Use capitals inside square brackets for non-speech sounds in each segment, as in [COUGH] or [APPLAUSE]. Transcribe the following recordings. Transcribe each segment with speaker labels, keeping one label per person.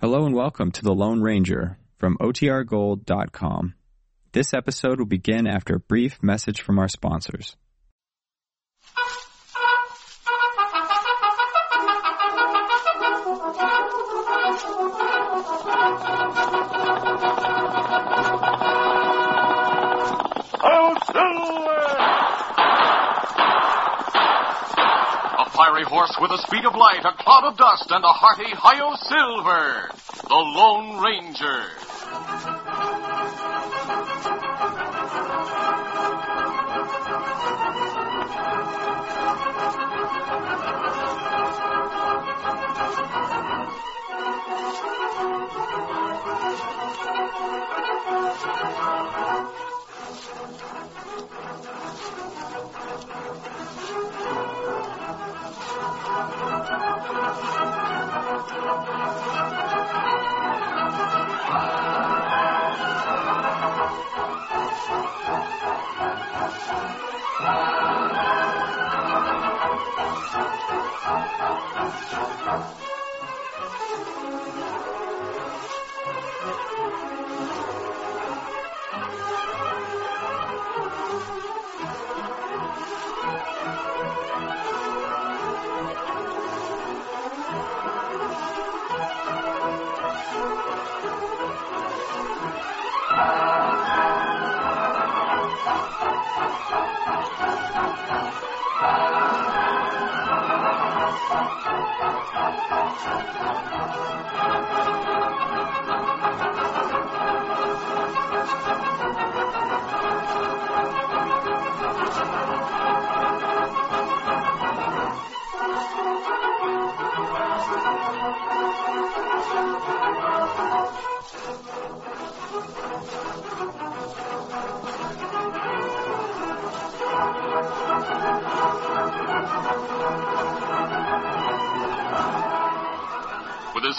Speaker 1: Hello and welcome to The Lone Ranger from OTRGold.com. This episode will begin after a brief message from our sponsors.
Speaker 2: Oh, Silver!
Speaker 3: A fiery horse with the speed of light, a cloud of dust, and a hearty Hio Silver, the Lone Ranger. With his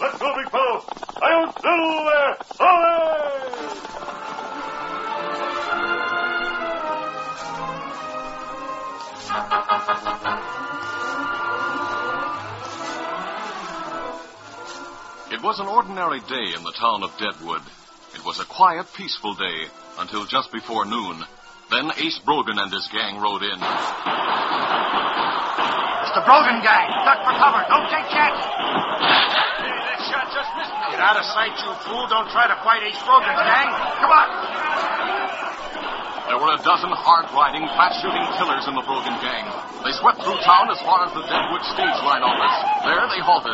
Speaker 2: Let's go, big fellow! Hio Silver! Away!
Speaker 3: It was an ordinary day in the town of Deadwood. It was a quiet, peaceful day until just before noon. Then Ace Brogan and his gang rode in.
Speaker 4: It's the Brogan guy. Duck for cover. Don't take chances. Hey, that shot just missed me. Get out of sight, you fool. Don't try to fight Ace Brogan's gang. Come on.
Speaker 3: There were a dozen hard-riding, fast-shooting killers in the Brogan gang. They swept through town as far as the Deadwood stage line office. There they halted.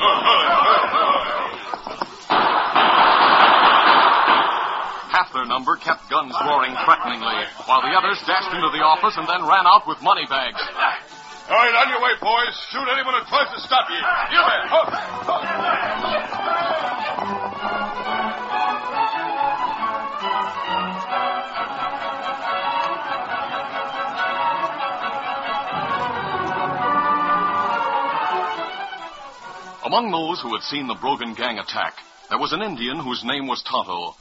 Speaker 3: Half their number kept guns roaring threateningly, while the others dashed into the office and then ran out with money bags.
Speaker 2: All right, on your way, boys. Shoot anyone who tries to stop you. You bet.
Speaker 3: Among those who had seen the Brogan gang attack, there was an Indian whose name was Tonto.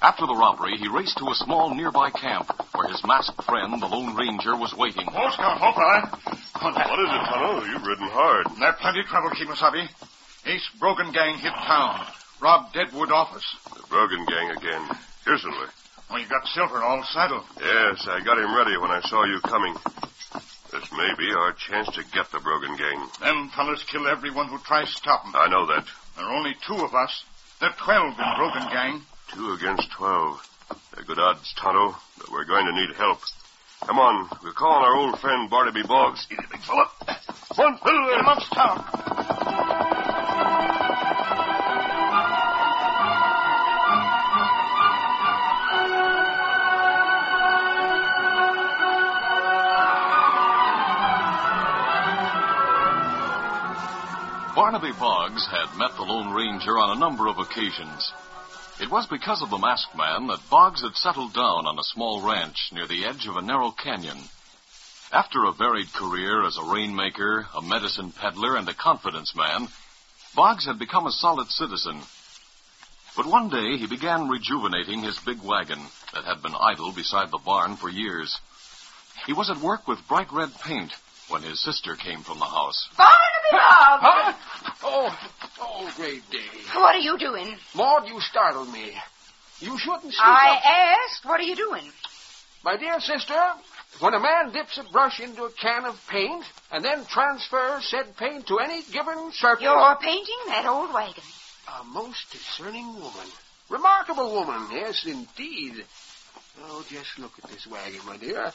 Speaker 3: After the robbery, he raced to a small nearby camp where his masked friend, the Lone Ranger, was waiting.
Speaker 4: Hold on, hold on.
Speaker 2: What is it, Tonto? You've ridden hard.
Speaker 4: That plenty of trouble, Kemosabe. Ace Brogan gang hit town. Robbed Deadwood office.
Speaker 2: The Brogan gang again. Here, Silver.
Speaker 4: Oh, you got Silver all saddled.
Speaker 2: Yes, I got him ready when I saw you coming. This may be our chance to get the Brogan gang.
Speaker 4: Them fellas kill everyone who tries to stop 'em.
Speaker 2: I know that.
Speaker 4: There are only two of us. There are twelve in Brogan gang.
Speaker 2: Two against twelve. They're good odds, Tonto, but we're going to need help. Come on, we'll call on our old friend Barnaby Boggs. Easy, big fella. One fiddle and
Speaker 4: Amongst town.
Speaker 3: Barnaby Boggs had met the Lone Ranger on a number of occasions. It was because of the masked man that Boggs had settled down on a small ranch near the edge of a narrow canyon. After a varied career as a rainmaker, a medicine peddler, and a confidence man, Boggs had become a solid citizen. But one day he began rejuvenating his big wagon that had been idle beside the barn for years. He was at work with bright red paint when his sister came from the house.
Speaker 5: Barnaby Boggs!
Speaker 6: Huh? Oh, oh, grave day.
Speaker 5: What are you doing?
Speaker 6: Maud, you startled me. You shouldn't sneak
Speaker 5: I
Speaker 6: up.
Speaker 5: asked, what are you doing?
Speaker 6: My dear sister, when a man dips a brush into a can of paint and then transfers said paint to any given surface...
Speaker 5: You're painting that old wagon.
Speaker 6: A most discerning woman. Remarkable woman, yes, indeed. Oh, just look at this wagon, my dear.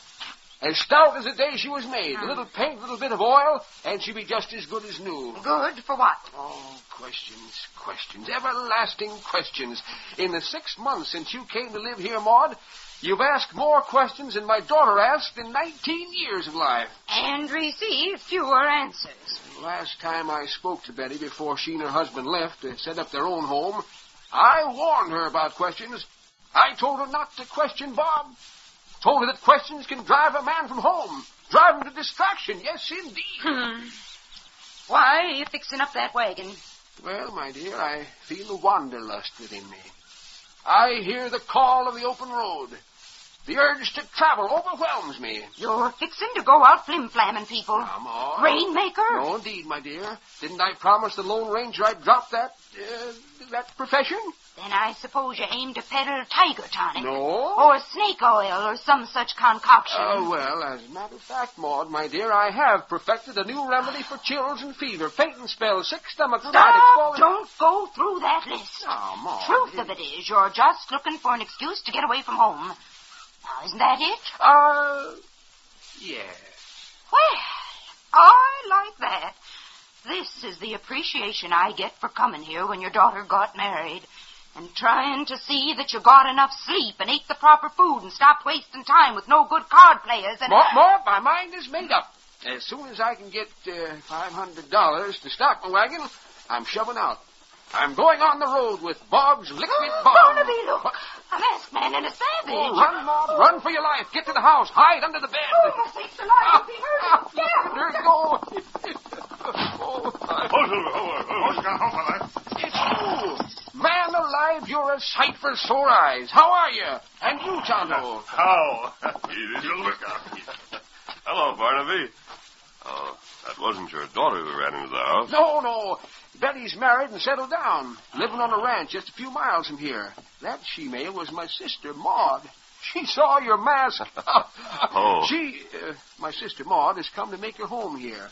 Speaker 6: As stout as the day she was made. A little paint, a little bit of oil, and she'd be just as good as new.
Speaker 5: Good for what?
Speaker 6: Oh, questions, questions, everlasting questions. In the six months since you came to live here, Maud, you've asked more questions than my daughter asked in 19 years of life.
Speaker 5: And receive fewer answers.
Speaker 6: Last time I spoke to Betty before she and her husband left to set up their own home, I warned her about questions. I told her not to question Bob. Told her that questions can drive a man from home, drive him to distraction. Yes, indeed.
Speaker 5: Hmm. Why are you fixing up that wagon?
Speaker 6: well, my dear, I feel the wanderlust within me. I hear the call of the open road. The urge to travel overwhelms me.
Speaker 5: You're fixing to go out flim-flamming people.
Speaker 6: Come on.
Speaker 5: Rainmaker?
Speaker 6: No, indeed, my dear. Didn't I promise the Lone Ranger I'd drop that, uh, that profession?
Speaker 5: Then I suppose you aim to peddle tiger tonic.
Speaker 6: No.
Speaker 5: Or snake oil or some such concoction.
Speaker 6: Oh, well, as a matter of fact, Maud, my dear, I have perfected a new remedy for chills and fever, fainting spells, sick stomachs, headaches,
Speaker 5: Stop!
Speaker 6: falling...
Speaker 5: Don't go through that list.
Speaker 6: Oh, Maud.
Speaker 5: Truth of it is, you're just looking for an excuse to get away from home. Now, isn't that it?
Speaker 6: Uh, yeah.
Speaker 5: Well, I like that. This is the appreciation I get for coming here when your daughter got married and trying to see that you got enough sleep and ate the proper food and stopped wasting time with no good card players and...
Speaker 6: Maud, Maud, my mind is made up. As soon as I can get uh, $500 to stock my wagon, I'm shoving out. I'm going on the road with
Speaker 5: [GASPS]
Speaker 6: Bob's Liquid Bomb.
Speaker 5: Barnaby, look. A masked man and a savage.
Speaker 6: Oh, run, Maud, run for your life. Get to the house. Hide under the bed.
Speaker 5: Oh, for sakes alive, you'll be hurt.
Speaker 6: Ah,
Speaker 5: Get him.
Speaker 6: [LAUGHS] There you go. Oh, I- It's you! Man alive, you're a sight for sore eyes. How are you? And you, Tonto?
Speaker 2: How? It'll work out. Hello, Barnaby. Oh, that wasn't your daughter who ran into the house.
Speaker 6: No, no. Betty's married and settled down, living on a ranch just a few miles from here. That she-male was my sister, Maud. She saw your [LAUGHS] mask.
Speaker 2: Oh.
Speaker 6: She, uh, my sister Maud, has come to make her home here.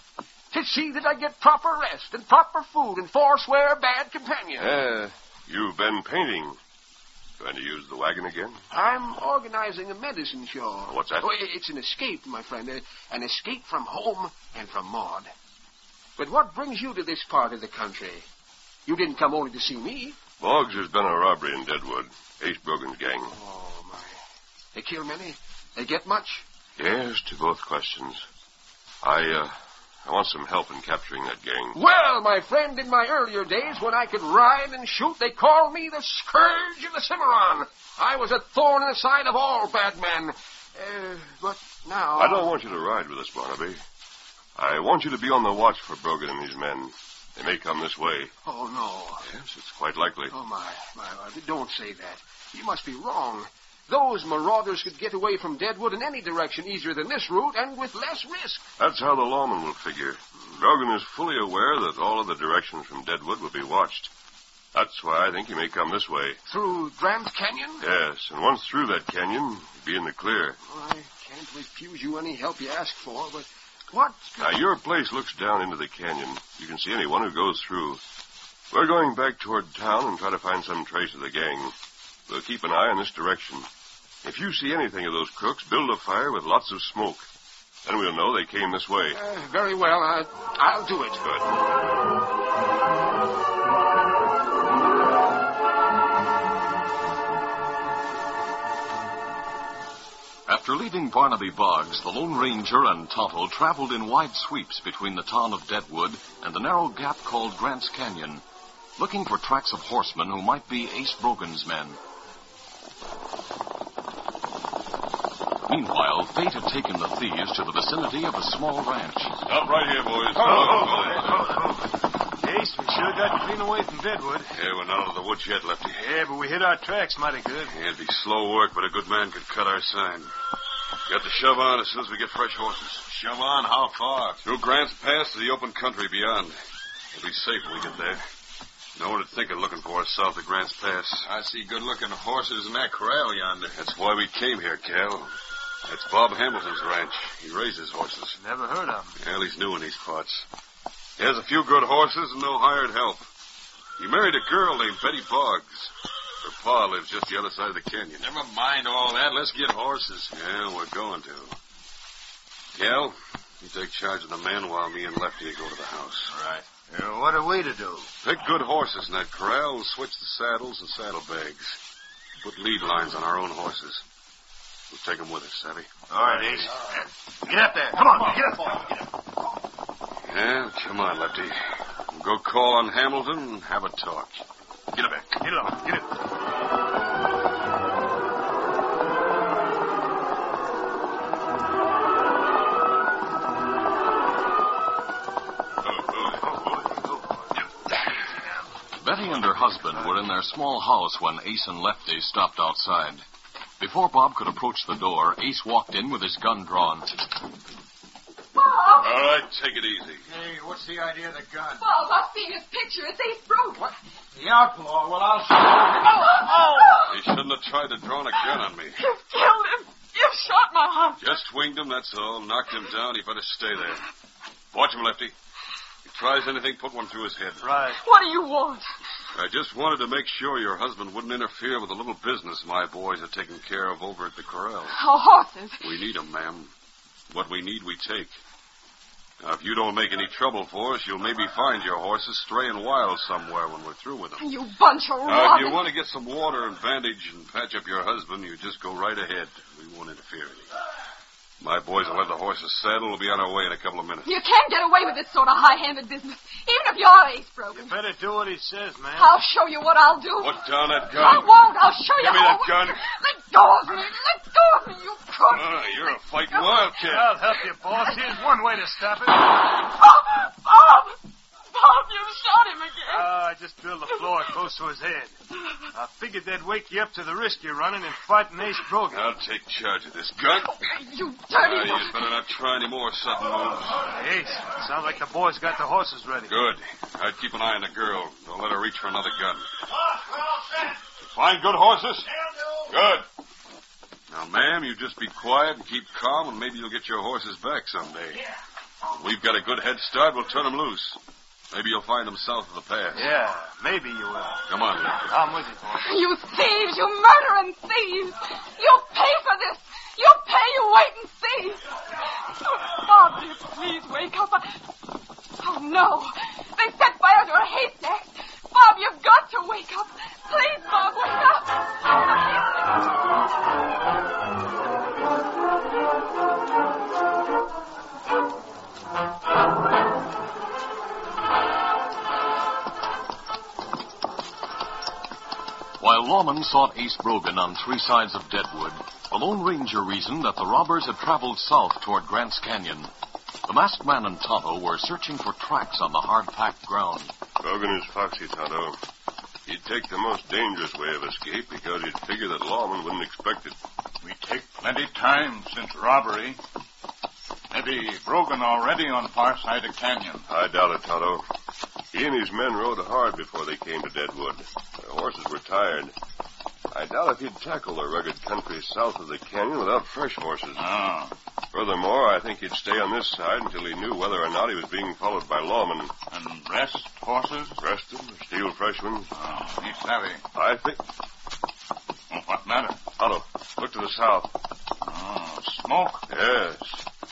Speaker 6: To see that I get proper rest and proper food and forswear bad companions.
Speaker 2: Yeah, you've been painting. Going to use the wagon again?
Speaker 6: I'm organizing a medicine show.
Speaker 2: What's that?
Speaker 6: Oh, i- it's an escape, my friend. uh, An escape from home and from Maud. But what brings you to this part of the country? You didn't come only to see me.
Speaker 2: Boggs has been a robbery in Deadwood. Ace Brogan's gang.
Speaker 6: Oh, my. They kill many. They get much.
Speaker 2: Yes, to both questions. I, uh, I want some help in capturing that gang.
Speaker 6: Well, my friend, in my earlier days, when I could ride and shoot, they called me the scourge of the Cimarron. I was a thorn in the side of all bad men. Uh, but now...
Speaker 2: I don't want you to ride with us, Barnaby. I want you to be on the watch for Brogan and his men. They may come this way.
Speaker 6: Oh, no.
Speaker 2: Yes, it's quite likely.
Speaker 6: Oh, my, my, my. Don't say that. You must be wrong. Those marauders could get away from Deadwood in any direction easier than this route and with less risk.
Speaker 2: That's how the lawman will figure. Brogan is fully aware that all of the directions from Deadwood will be watched. That's why I think he may come this way.
Speaker 6: Through Grand Canyon?
Speaker 2: Yes, and once through that canyon, he'll be in the clear.
Speaker 6: Well, I can't refuse you any help you ask for, but what?
Speaker 2: Now, your place looks down into the canyon. You can see anyone who goes through. We're going back toward town and try to find some trace of the gang. We'll keep an eye in this direction. If you see anything of those crooks, build a fire with lots of smoke. Then we'll know they came this way.
Speaker 6: Uh, very well, I, I'll do it.
Speaker 2: Good.
Speaker 3: After leaving Barnaby Boggs, the Lone Ranger and Tonto traveled in wide sweeps between the town of Deadwood and the narrow gap called Grant's Canyon. looking for tracks of horsemen who might be Ace Brogan's men. Meanwhile, Fate had taken the thieves to the vicinity of a small ranch.
Speaker 2: Stop right here, boys.
Speaker 7: Oh, Ace, oh, we sure got clean away from Deadwood.
Speaker 2: Yeah, we're not out of the woods yet, Lefty.
Speaker 7: Yeah, but we hit our tracks mighty good.
Speaker 2: Yeah, it'd be slow work, but a good man could cut our sign. Got to shove on as soon as we get fresh horses. Shove on? How far? Through Grant's Pass to the open country beyond. We'll be safe when we get there. No one would think of looking for us south of Grant's Pass. I see good-looking horses in that corral yonder. That's why we came here, Cal. That's Bob Hamilton's ranch. He raises horses.
Speaker 7: Never heard of him.
Speaker 2: Well, he's new in these parts. He has a few good horses and no hired help. He married a girl named Betty Boggs. Her pa lives just the other side of the canyon. Never mind all that. Let's get horses. Yeah, we're going to. Cal, you take charge of the man while me and Lefty go to the house. All right.
Speaker 7: Yeah, what are we to do?
Speaker 2: Pick good horses in that corral and switch the saddles and saddlebags. Put lead lines on our own horses. We'll take 'em with us, Savvy.
Speaker 7: All right, Ace. Get up there. Come on, get up. Get up.
Speaker 2: Yeah, come on, Lefty. We'll go call on Hamilton and have a talk. Get back.
Speaker 7: Get up. Get up.
Speaker 3: Betty and her husband were in their small house when Ace and Lefty stopped outside. Before Bob could approach the door, Ace walked in with his gun drawn.
Speaker 2: All
Speaker 5: Bob,
Speaker 2: right, take it easy.
Speaker 7: Hey, what's the idea of the gun?
Speaker 5: Bob, I've seen his picture. It's Ace Brogan.
Speaker 7: The outlaw. Well, I'll show
Speaker 5: Oh, oh.
Speaker 2: He shouldn't have tried to draw a gun on me.
Speaker 5: You've killed him. You've shot my husband.
Speaker 2: Just winged him, that's all. Knocked him down. He better stay there. Watch him, Lefty. If he tries anything, put one through his head.
Speaker 7: Right.
Speaker 5: What do you want?
Speaker 2: I just wanted to make sure your husband wouldn't interfere with the little business my boys are taking care of over at the corral.
Speaker 5: Our horses.
Speaker 2: We need 'em, ma'am. What we need, we take. Now, if you don't make any trouble for us, you'll maybe find your horses straying wild somewhere when we're through with 'em.
Speaker 5: You bunch
Speaker 2: [LAUGHS]
Speaker 5: of
Speaker 2: Now, if
Speaker 5: robbers.
Speaker 2: you want to get some water and bandage and patch up your husband, you just go right ahead. We won't interfere. My boys will have the horses saddled. We'll be on our way in a couple of minutes.
Speaker 5: You can't get away with this sort of high-handed business, even if you're Ace Brogan.
Speaker 7: you. Better do what he says, man.
Speaker 5: I'll show you what I'll do.
Speaker 2: Put down that
Speaker 5: I
Speaker 2: gun.
Speaker 5: won't. I'll show you
Speaker 2: Give me
Speaker 5: how.
Speaker 2: that gun.
Speaker 5: Let go of me. Let go of me, you crook.
Speaker 2: Ah, you're a fighting wildcat.
Speaker 7: I'll help you, boss. Here's one way to stop it.
Speaker 5: Bob, Bob, Bob, you shot him again.
Speaker 7: Ah, I just drilled the floor close to his head. I figured that'd wake you up to the risk you're running in fighting Ace Brogan.
Speaker 2: I'll take charge of this gun.
Speaker 5: you
Speaker 2: Ah,
Speaker 5: dirty.
Speaker 2: you'd better not try any more sudden moves.
Speaker 7: Ace, sounds like the boys got the horses ready.
Speaker 2: Good. I'd keep an eye on the girl. Don't let her reach for another gun. Find good horses? Good. Now, ma'am, you just be quiet and keep calm, and maybe you'll get your horses back someday. When we've got a good head start. We'll turn 'em loose. Maybe you'll find 'em south of the pass.
Speaker 7: Yeah, maybe you will.
Speaker 2: Come on. Lefty.
Speaker 7: I'm with you, boss.
Speaker 5: You thieves. You murdering thieves. You'll pay for this. You'll pay. You wait and see. Oh, Bob, dear, please wake up. I- Oh no, they set fire to a haystack. Bob, you've got to wake up. Please, Bob, wake up.
Speaker 3: While lawmen sought Ace Brogan on three sides of Deadwood, the Lone Ranger reasoned that the robbers had traveled south toward Grant's Canyon. The masked man and Tonto were searching for tracks on the hard-packed ground.
Speaker 2: Brogan is foxy, Tonto. He'd take the most dangerous way of escape because he'd figure that lawmen wouldn't expect it.
Speaker 8: We take plenty time since robbery. Maybe Brogan already on far side of canyon.
Speaker 2: I doubt it, Tonto. He and his men rode hard before they came to Deadwood. Their horses were tired. I doubt if he'd tackle the rugged country south of the canyon without fresh horses.
Speaker 8: Ah,
Speaker 2: Furthermore, I think he'd stay on this side until he knew whether or not he was being followed by lawmen.
Speaker 8: and rest horses?
Speaker 2: Rest them, steal fresh ones.
Speaker 8: Ah, he's savvy. [LAUGHS]
Speaker 2: I think.
Speaker 8: Well, what matter?
Speaker 2: Tonto, look to the south.
Speaker 8: Ah, smoke.
Speaker 2: Yes,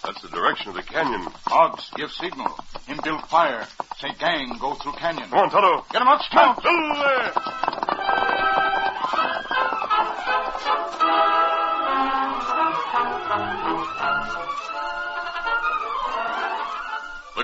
Speaker 2: that's the direction of the canyon.
Speaker 8: Hogs give signal. Him build fire. Say gang go through canyon.
Speaker 2: Come on, Tonto.
Speaker 8: Get him up, scout.
Speaker 3: The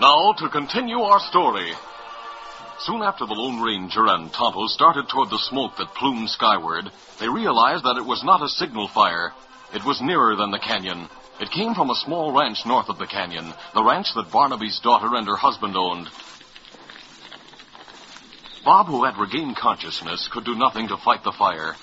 Speaker 3: Now, to continue our story. Soon after the Lone Ranger and Tonto started toward the smoke that plumed skyward, they realized that it was not a signal fire. It was nearer than the canyon. It came from a small ranch north of the canyon, the ranch that Barnaby's daughter and her husband owned. Bob, who had regained consciousness, could do nothing to fight the fire.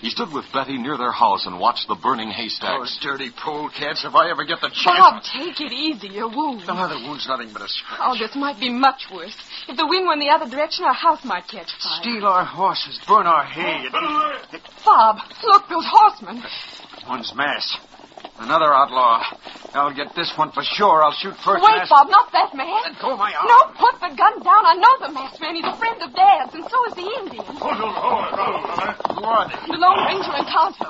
Speaker 3: He stood with Betty near their house and watched the burning haystacks.
Speaker 4: Those dirty pole cats, if I ever get the chance.
Speaker 9: Bob, take it easy. You're wounded.
Speaker 4: No, the wound's nothing but a scratch.
Speaker 9: Oh, this might be much worse. If the wind were in the other direction, our house might catch fire.
Speaker 4: Steal our horses, burn our hay. It-
Speaker 9: Bob, look, those horsemen.
Speaker 4: One's mass. Another outlaw. I'll get this one for sure. I'll shoot first. and
Speaker 9: Wait,
Speaker 4: ask-
Speaker 9: Bob, not that man.
Speaker 4: Let go of my arm.
Speaker 9: No, put the gun down. I know the masked man. He's a friend of Dad's, and so is the Indian.
Speaker 8: Hold on, hold on, hold on.
Speaker 4: Who are they?
Speaker 9: The Lone Ranger and Tonto.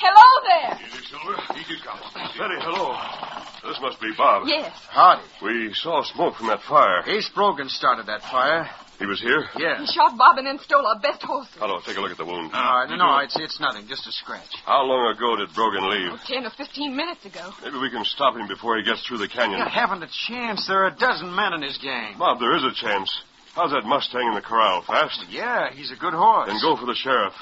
Speaker 9: Hello there.
Speaker 8: Easy, Silver. Easy, come.
Speaker 2: Betty, hello. This must be Bob.
Speaker 9: Yes.
Speaker 4: Howdy.
Speaker 2: We saw smoke from that fire.
Speaker 4: Ace Brogan started that fire.
Speaker 2: He was here?
Speaker 4: Yeah.
Speaker 9: He shot Bob and then stole our best horses.
Speaker 2: Hello, take a look at the wound.
Speaker 4: All right, Uh, no, no, it's, it's nothing, just a scratch.
Speaker 2: How long ago did Brogan leave?
Speaker 9: Oh, Ten or fifteen minutes ago.
Speaker 2: Maybe we can stop him before he gets through the canyon.
Speaker 4: You haven't a chance. There are a dozen men in his gang.
Speaker 2: Bob, there is a chance. How's that Mustang in the corral? Fast?
Speaker 4: Yeah, he's a good horse.
Speaker 2: Then go for the sheriff.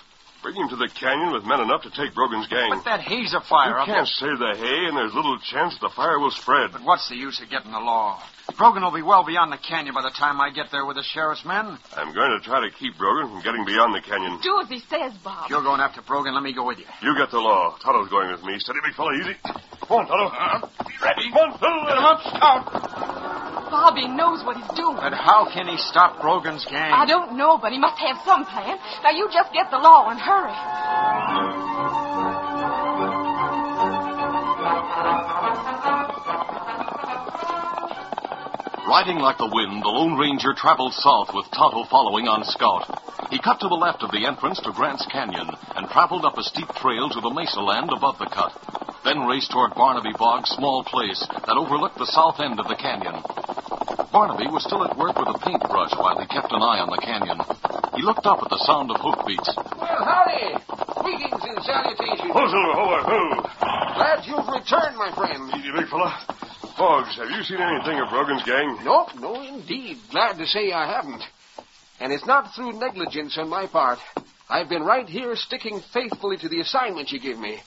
Speaker 2: Bring him to the canyon with men enough to take Brogan's gang.
Speaker 4: But that hay's a
Speaker 2: you
Speaker 4: fire. up
Speaker 2: can't save the hay, and there's little chance the fire will spread.
Speaker 4: But what's the use of getting the law? Brogan will be well beyond the canyon by the time I get there with the sheriff's men.
Speaker 2: I'm going to try to keep Brogan from getting beyond the canyon.
Speaker 9: Do as he says, Bob.
Speaker 6: Ah.
Speaker 4: If you're going after Brogan, let me go with you.
Speaker 2: You get the law. Tonto's going with me. Steady, big fella, easy. Come on, Tonto.
Speaker 8: Be ready.
Speaker 2: Come on, Tonto. Get him up, scout.
Speaker 9: Bob, he knows what he's doing.
Speaker 4: But how can he stop Brogan's gang?
Speaker 9: I don't know, but he must have some plan. Now you just get the law and hurry.
Speaker 3: Riding like the wind, the Lone Ranger traveled south with Tonto following on scout. He cut to the left of the entrance to Grant's Canyon and traveled up a steep trail to the mesa land above the cut, then raced toward Barnaby Bog's small place that overlooked the south end of the canyon. Barnaby was still at work with a paintbrush while he kept an eye on the canyon. He looked up at the sound of hoofbeats.
Speaker 6: Well, howdy. Greetings and salutations.
Speaker 2: Ho, Silver, ho, ho.
Speaker 6: Glad you've returned, my friend.
Speaker 2: Easy, big fella. Boggs, have you seen anything of Brogan's gang?
Speaker 6: Nope, no, indeed. Glad to say I haven't. And it's not through negligence on my part. I've been right here sticking faithfully to the assignment you gave me.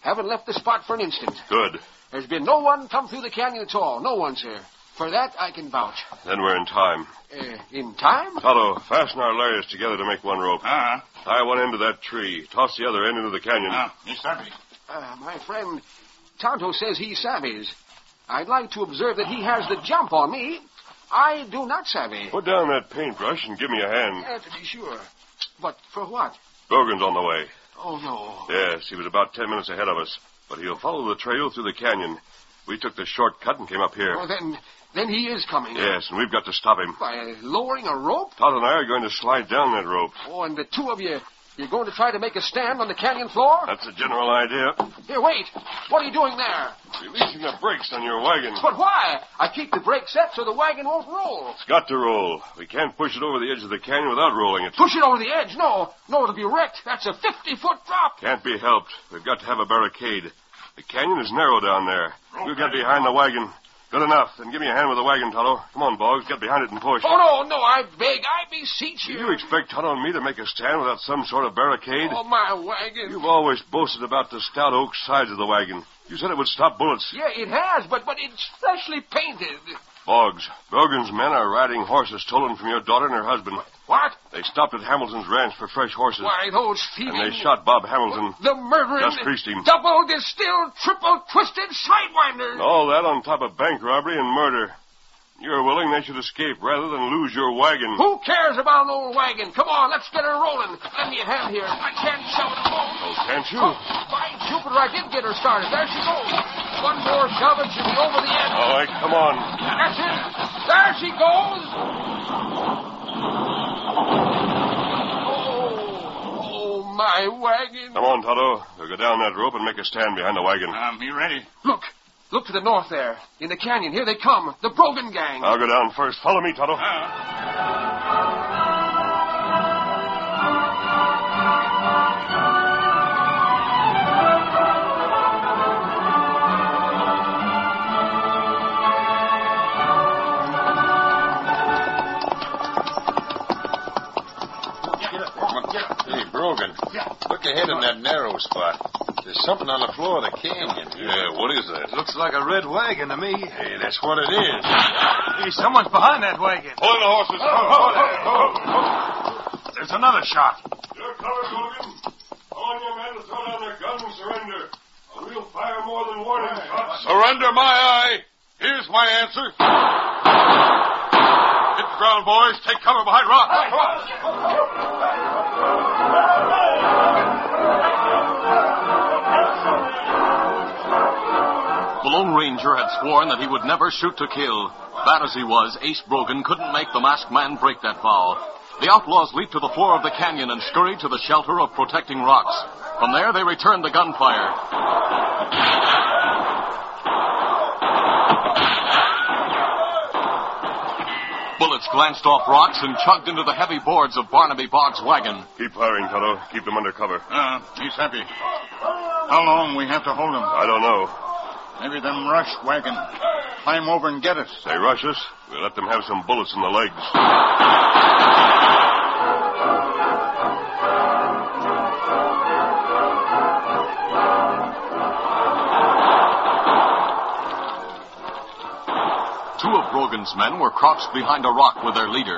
Speaker 6: Haven't left the spot for an instant.
Speaker 2: Good.
Speaker 6: There's been no one come through the canyon at all. No one, sir. For that, I can vouch.
Speaker 2: Then we're in time.
Speaker 6: Uh, in time?
Speaker 2: Tonto, fasten our ladders together to make one rope.
Speaker 8: Ah,
Speaker 2: Tie one end to that tree. Toss the other end into the canyon.
Speaker 8: ah, yes, savvy.
Speaker 6: Uh, my friend, Tonto says he savvies. I'd like to observe that he has the jump on me. I do not savvy.
Speaker 2: Put down that paintbrush and give me a hand.
Speaker 6: Uh, to be sure. But for what?
Speaker 2: Brogan's on the way.
Speaker 6: Oh, no.
Speaker 2: Yes, he was about ten minutes ahead of us. But he'll follow the trail through the canyon. We took the shortcut and came up here.
Speaker 6: Oh, then, then he is coming.
Speaker 2: Yes, and we've got to stop him.
Speaker 6: By lowering a rope?
Speaker 2: Todd and I are going to slide down that rope.
Speaker 6: Oh, and the two of you, you're going to try to make a stand on the canyon floor?
Speaker 2: That's the general idea.
Speaker 6: Here, wait. What are you doing there?
Speaker 2: Releasing the brakes on your wagon.
Speaker 6: But why? I keep the brake set so the wagon won't roll.
Speaker 2: It's got to roll. We can't push it over the edge of the canyon without rolling it.
Speaker 6: Push it over the edge. No, no, it'll be wrecked. That's a 50-foot drop.
Speaker 2: Can't be helped. We've got to have a barricade. The canyon is narrow down there. We'll get behind the wagon. Good enough. Then give me a hand with the wagon, Tonto. Come on, Boggs. Get behind it and push.
Speaker 6: Oh, no, no, I beg, I beseech
Speaker 2: Do
Speaker 6: you.
Speaker 2: you expect Tonto and me to make a stand without some sort of barricade?
Speaker 6: Oh, my wagon.
Speaker 2: You've always boasted about the stout oak sides of the wagon. You said it would stop bullets.
Speaker 6: Yeah, it has, but but it's freshly painted.
Speaker 2: Boggs, Brogan's men are riding horses stolen from your daughter and her husband.
Speaker 6: What?
Speaker 2: They stopped at Hamilton's ranch for fresh horses.
Speaker 6: Why, those feet.
Speaker 2: And they shot Bob Hamilton.
Speaker 6: The murdering.
Speaker 2: Just creased him.
Speaker 6: Double distilled, triple twisted sidewinder.
Speaker 2: And all that on top of bank robbery and murder. You're willing they should escape rather than lose your wagon.
Speaker 6: Who cares about an old wagon? Come on, let's get her rolling. Lend me a hand here. I can't shove it alone.
Speaker 2: Oh, can't you?
Speaker 6: Oh, by Jupiter, I did get her started. There she goes. One more shove and she'll be over the edge.
Speaker 2: All right, come on.
Speaker 6: That's it. There she goes. Oh, oh, my wagon.
Speaker 2: Come on, Toto. We'll go down that rope and make a stand behind the wagon.
Speaker 8: Uh, me ready.
Speaker 6: Look. Look to the north there. In the canyon. Here they come. The Brogan gang.
Speaker 2: I'll go down first. Follow me, Toto.
Speaker 8: Uh,
Speaker 10: Hey, Brogan. Look ahead in that narrow spot. There's something on the floor of the canyon.
Speaker 2: Yeah, what is that?
Speaker 7: Looks like a red wagon to me.
Speaker 10: Hey, that's what it is.
Speaker 7: Hey, someone's behind that wagon.
Speaker 2: Pull in the horses. oh,
Speaker 7: There's another shot.
Speaker 2: You're covered, Logan. All your men to throw down their guns and surrender. Or we'll fire more than warning shots.
Speaker 8: surrender my eye. Here's my answer. Hit the ground, boys. Take cover behind rock.
Speaker 3: The Lone Ranger had sworn that he would never shoot to kill. Bad as he was, Ace Brogan couldn't make the masked man break that vow. The outlaws leaped to the floor of the canyon and scurried to the shelter of protecting rocks. From there, they returned the gunfire. Bullets glanced off rocks and chugged into the heavy boards of Barnaby Boggs' wagon.
Speaker 2: Keep firing, Toto. Keep them under cover.
Speaker 8: Uh, he's happy. How long we have to hold him?
Speaker 2: I don't know.
Speaker 8: Maybe them rush wagon. Climb over and get us.
Speaker 2: They rush us. We let them have some bullets in the legs.
Speaker 3: Two of Brogan's men were crouched behind a rock with their leader.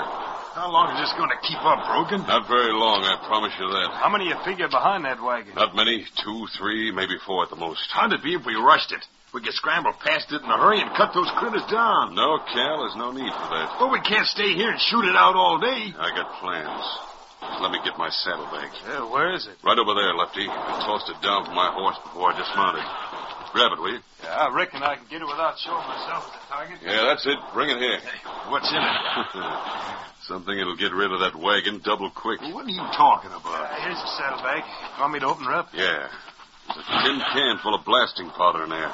Speaker 7: How long is this going to keep up, Brogan?
Speaker 10: Not very long, I promise you that.
Speaker 7: How many you figure behind that wagon?
Speaker 10: Not many. Two, three, maybe four at the most.
Speaker 11: How'd it be if we rushed it? We could scramble past it in a hurry and cut those critters down.
Speaker 10: No, Cal, there's no need for that.
Speaker 11: But we can't stay here and shoot it out all day.
Speaker 10: I got plans. Let me get my saddlebags.
Speaker 7: Yeah, where is it?
Speaker 10: Right over there, Lefty. I tossed it down from my horse before I dismounted. Grab it, will you?
Speaker 7: Yeah, I reckon I can get it without showing myself as a target.
Speaker 10: Yeah, that's it. Bring it here.
Speaker 11: What's in it?
Speaker 10: [LAUGHS] Something that'll get rid of that wagon double quick.
Speaker 11: What are you talking about?
Speaker 7: Uh, here's the saddlebag. Want me to open her up?
Speaker 10: Yeah. There's a tin can full of blasting powder in there.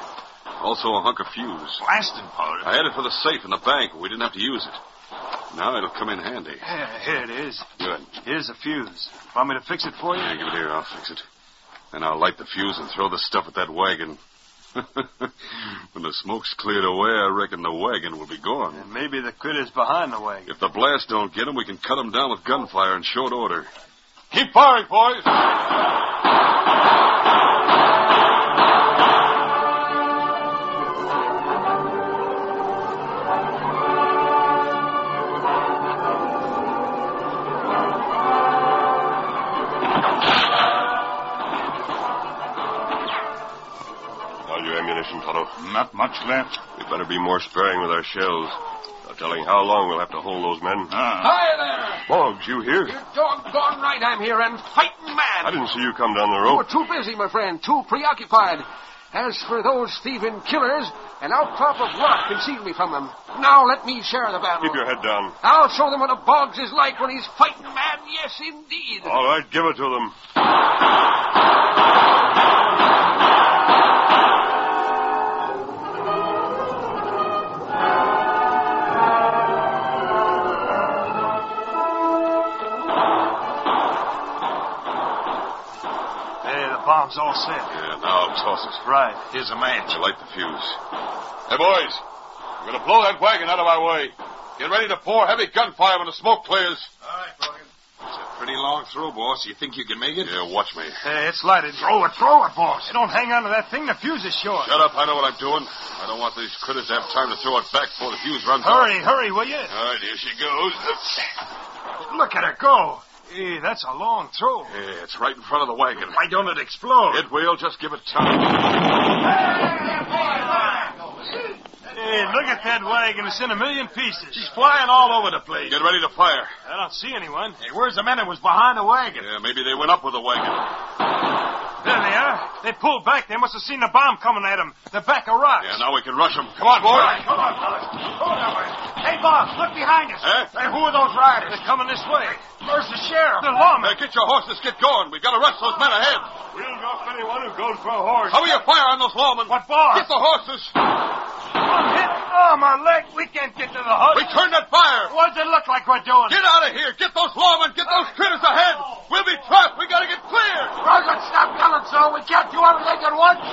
Speaker 10: Also a hunk of fuse.
Speaker 11: Blasting powder.
Speaker 10: I had it for the safe in the bank, but we didn't have to use it. Now it'll come in handy.
Speaker 7: Yeah, here it is.
Speaker 10: Good.
Speaker 7: Here's the fuse. Want me to fix it for you?
Speaker 10: Yeah, give it here. I'll fix it. Then I'll light the fuse and throw the stuff at that wagon. [LAUGHS] when the smoke's cleared away, I reckon the wagon will be gone.
Speaker 7: And maybe the critter's behind the wagon.
Speaker 10: If the blast don't get 'em, we can cut 'em down with gunfire in short order.
Speaker 8: Keep firing, boys.
Speaker 2: All your ammunition, Toto.
Speaker 8: Not much left.
Speaker 2: We better be more sparing with our shells. No telling how long we'll have to hold those men.
Speaker 8: Ah,
Speaker 6: Hi there.
Speaker 2: Boggs, you here?
Speaker 6: You're doggone right I'm here and fighting mad.
Speaker 2: I didn't see you come down the
Speaker 6: You
Speaker 2: rope.
Speaker 6: were too busy, my friend, too preoccupied. As for those thieving killers, an outcrop of rock concealed me from them. Now let me share the battle.
Speaker 2: Keep your head down.
Speaker 6: I'll show them what a Boggs is like when he's fighting mad. Yes, indeed.
Speaker 2: All right, give it to them.
Speaker 7: Hey, the bomb's all set.
Speaker 10: Yeah, now I'll toss it.
Speaker 7: Right.
Speaker 11: Here's a match.
Speaker 10: I light the fuse. Hey, boys,
Speaker 2: We're going to blow that wagon out of our way. Get ready to pour heavy gunfire when the smoke clears.
Speaker 8: All right, Brogan.
Speaker 12: Pretty long throw, boss. You think you can make it?
Speaker 2: Yeah, watch me.
Speaker 8: Hey, it's lighted. Throw it, throw it, boss. You don't hang on to that thing, the fuse is short.
Speaker 2: Shut up. I know what I'm doing. I don't want these critters to have time to throw it back before the fuse runs out.
Speaker 8: Hurry, hurry, will you?
Speaker 2: All right, here she goes.
Speaker 8: Look at her go. Hey, that's a long throw.
Speaker 2: Yeah, it's right in front of the wagon.
Speaker 8: Why don't it explode?
Speaker 2: It will. Just give it time.
Speaker 8: Hey, look at that wagon. It's in a million pieces. She's flying all over the place.
Speaker 2: Get ready to fire.
Speaker 8: I don't see anyone. Hey, where's the men that was behind the wagon?
Speaker 2: Yeah, maybe they went up with the wagon.
Speaker 8: There they are. They pulled back. They must have seen the bomb coming at them. They're back of rocks.
Speaker 2: Yeah, now we can rush them. Come on, boy.
Speaker 13: Come on, fellas. Go that way. Hey, Bob, look behind us.
Speaker 2: Eh?
Speaker 13: Hey, who are those riders?
Speaker 8: They're coming this way.
Speaker 13: Where's the sheriff?
Speaker 8: The lawman.
Speaker 2: Hey, get your horses. Get going. We've got to rush those men ahead.
Speaker 8: We'll drop anyone who goes for a horse.
Speaker 2: Cover your fire on those lawmen.
Speaker 8: What for?
Speaker 2: Get the horses.
Speaker 8: I'm hit. Oh, my leg. We can't get to the hut.
Speaker 2: Return that fire.
Speaker 8: What does it look like we're doing?
Speaker 2: Get out of here. Get those lawmen. Get those critters ahead. We'll be trapped. We got to get clear.
Speaker 13: Rogan, stop yelling so. We can't do everything at once.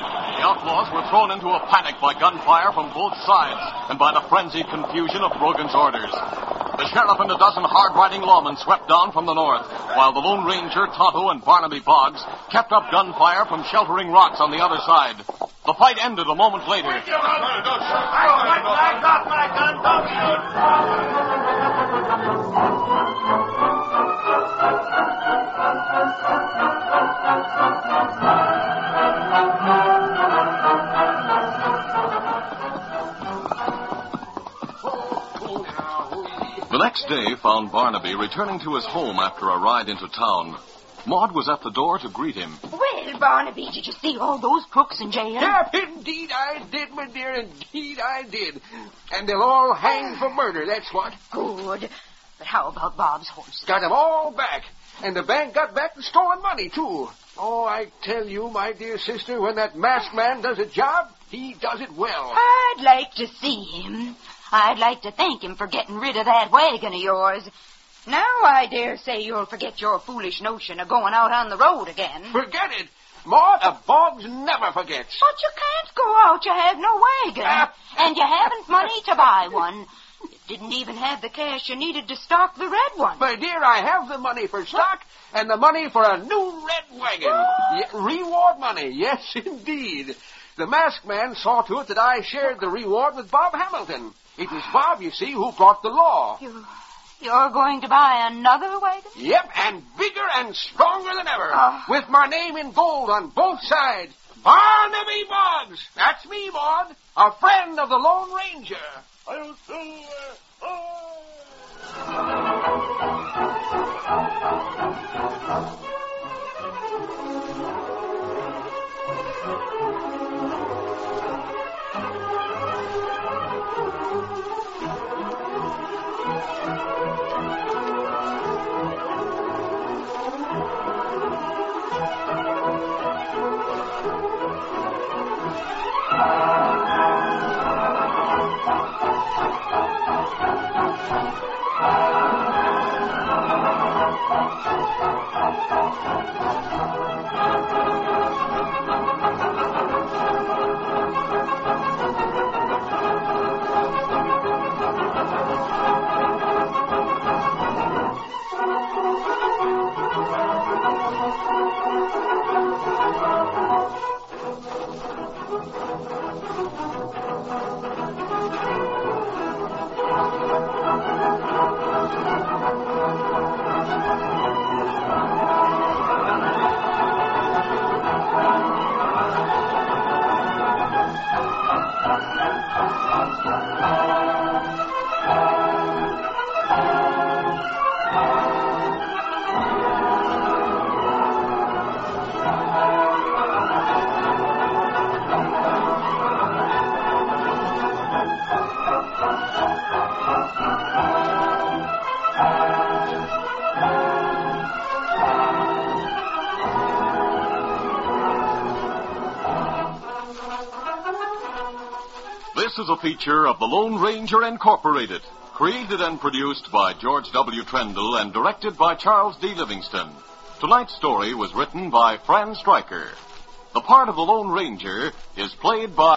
Speaker 3: The outlaws were thrown into a panic by gunfire from both sides and by the frenzied confusion of Brogan's orders. The sheriff and a dozen hard-riding lawmen swept down from the north, while the Lone Ranger, Tonto, and Barnaby Boggs kept up gunfire from sheltering rocks on the other side. The fight ended a moment later. The next day found Barnaby returning to his home after a ride into town. Maud was at the door to greet him.
Speaker 5: Well, Barnaby, did you see all those crooks in jail?
Speaker 6: Yep, indeed I did, my dear. Indeed I did. And they'll all hang for murder, that's what.
Speaker 5: Good. But how about Bob's horse?
Speaker 6: Got 'em all back. And the bank got back the stolen money, too. Oh, I tell you, my dear sister, when that masked man does a job, he does it well.
Speaker 5: I'd like to see him. I'd like to thank him for getting rid of that wagon of yours. Now I dare say you'll forget your foolish notion of going out on the road again.
Speaker 6: Forget it. Maud, a Boggs never forgets.
Speaker 5: But you can't go out. You have no wagon.
Speaker 6: Ah.
Speaker 5: And you haven't money to buy one. You didn't even have the cash you needed to stock the red one.
Speaker 6: My dear, I have the money for stock and the money for a new red wagon. Ye- reward money, [LAUGHS] yes, indeed. The masked man saw to it that I shared the reward with Bob Hamilton. It was Bob, you see, who brought the law.
Speaker 5: You, you're going to buy another wagon?
Speaker 6: Yep, and bigger and stronger than ever.
Speaker 5: Ah.
Speaker 6: With my name in gold on both sides. Barnaby Boggs. That's me, Maud. A friend of the Lone Ranger. I'll do it.
Speaker 3: This is a feature of the Lone Ranger Incorporated, created and produced by George W. Trendle and directed by Charles D. Livingston. Tonight's story was written by Fran Stryker. The part of the Lone Ranger is played by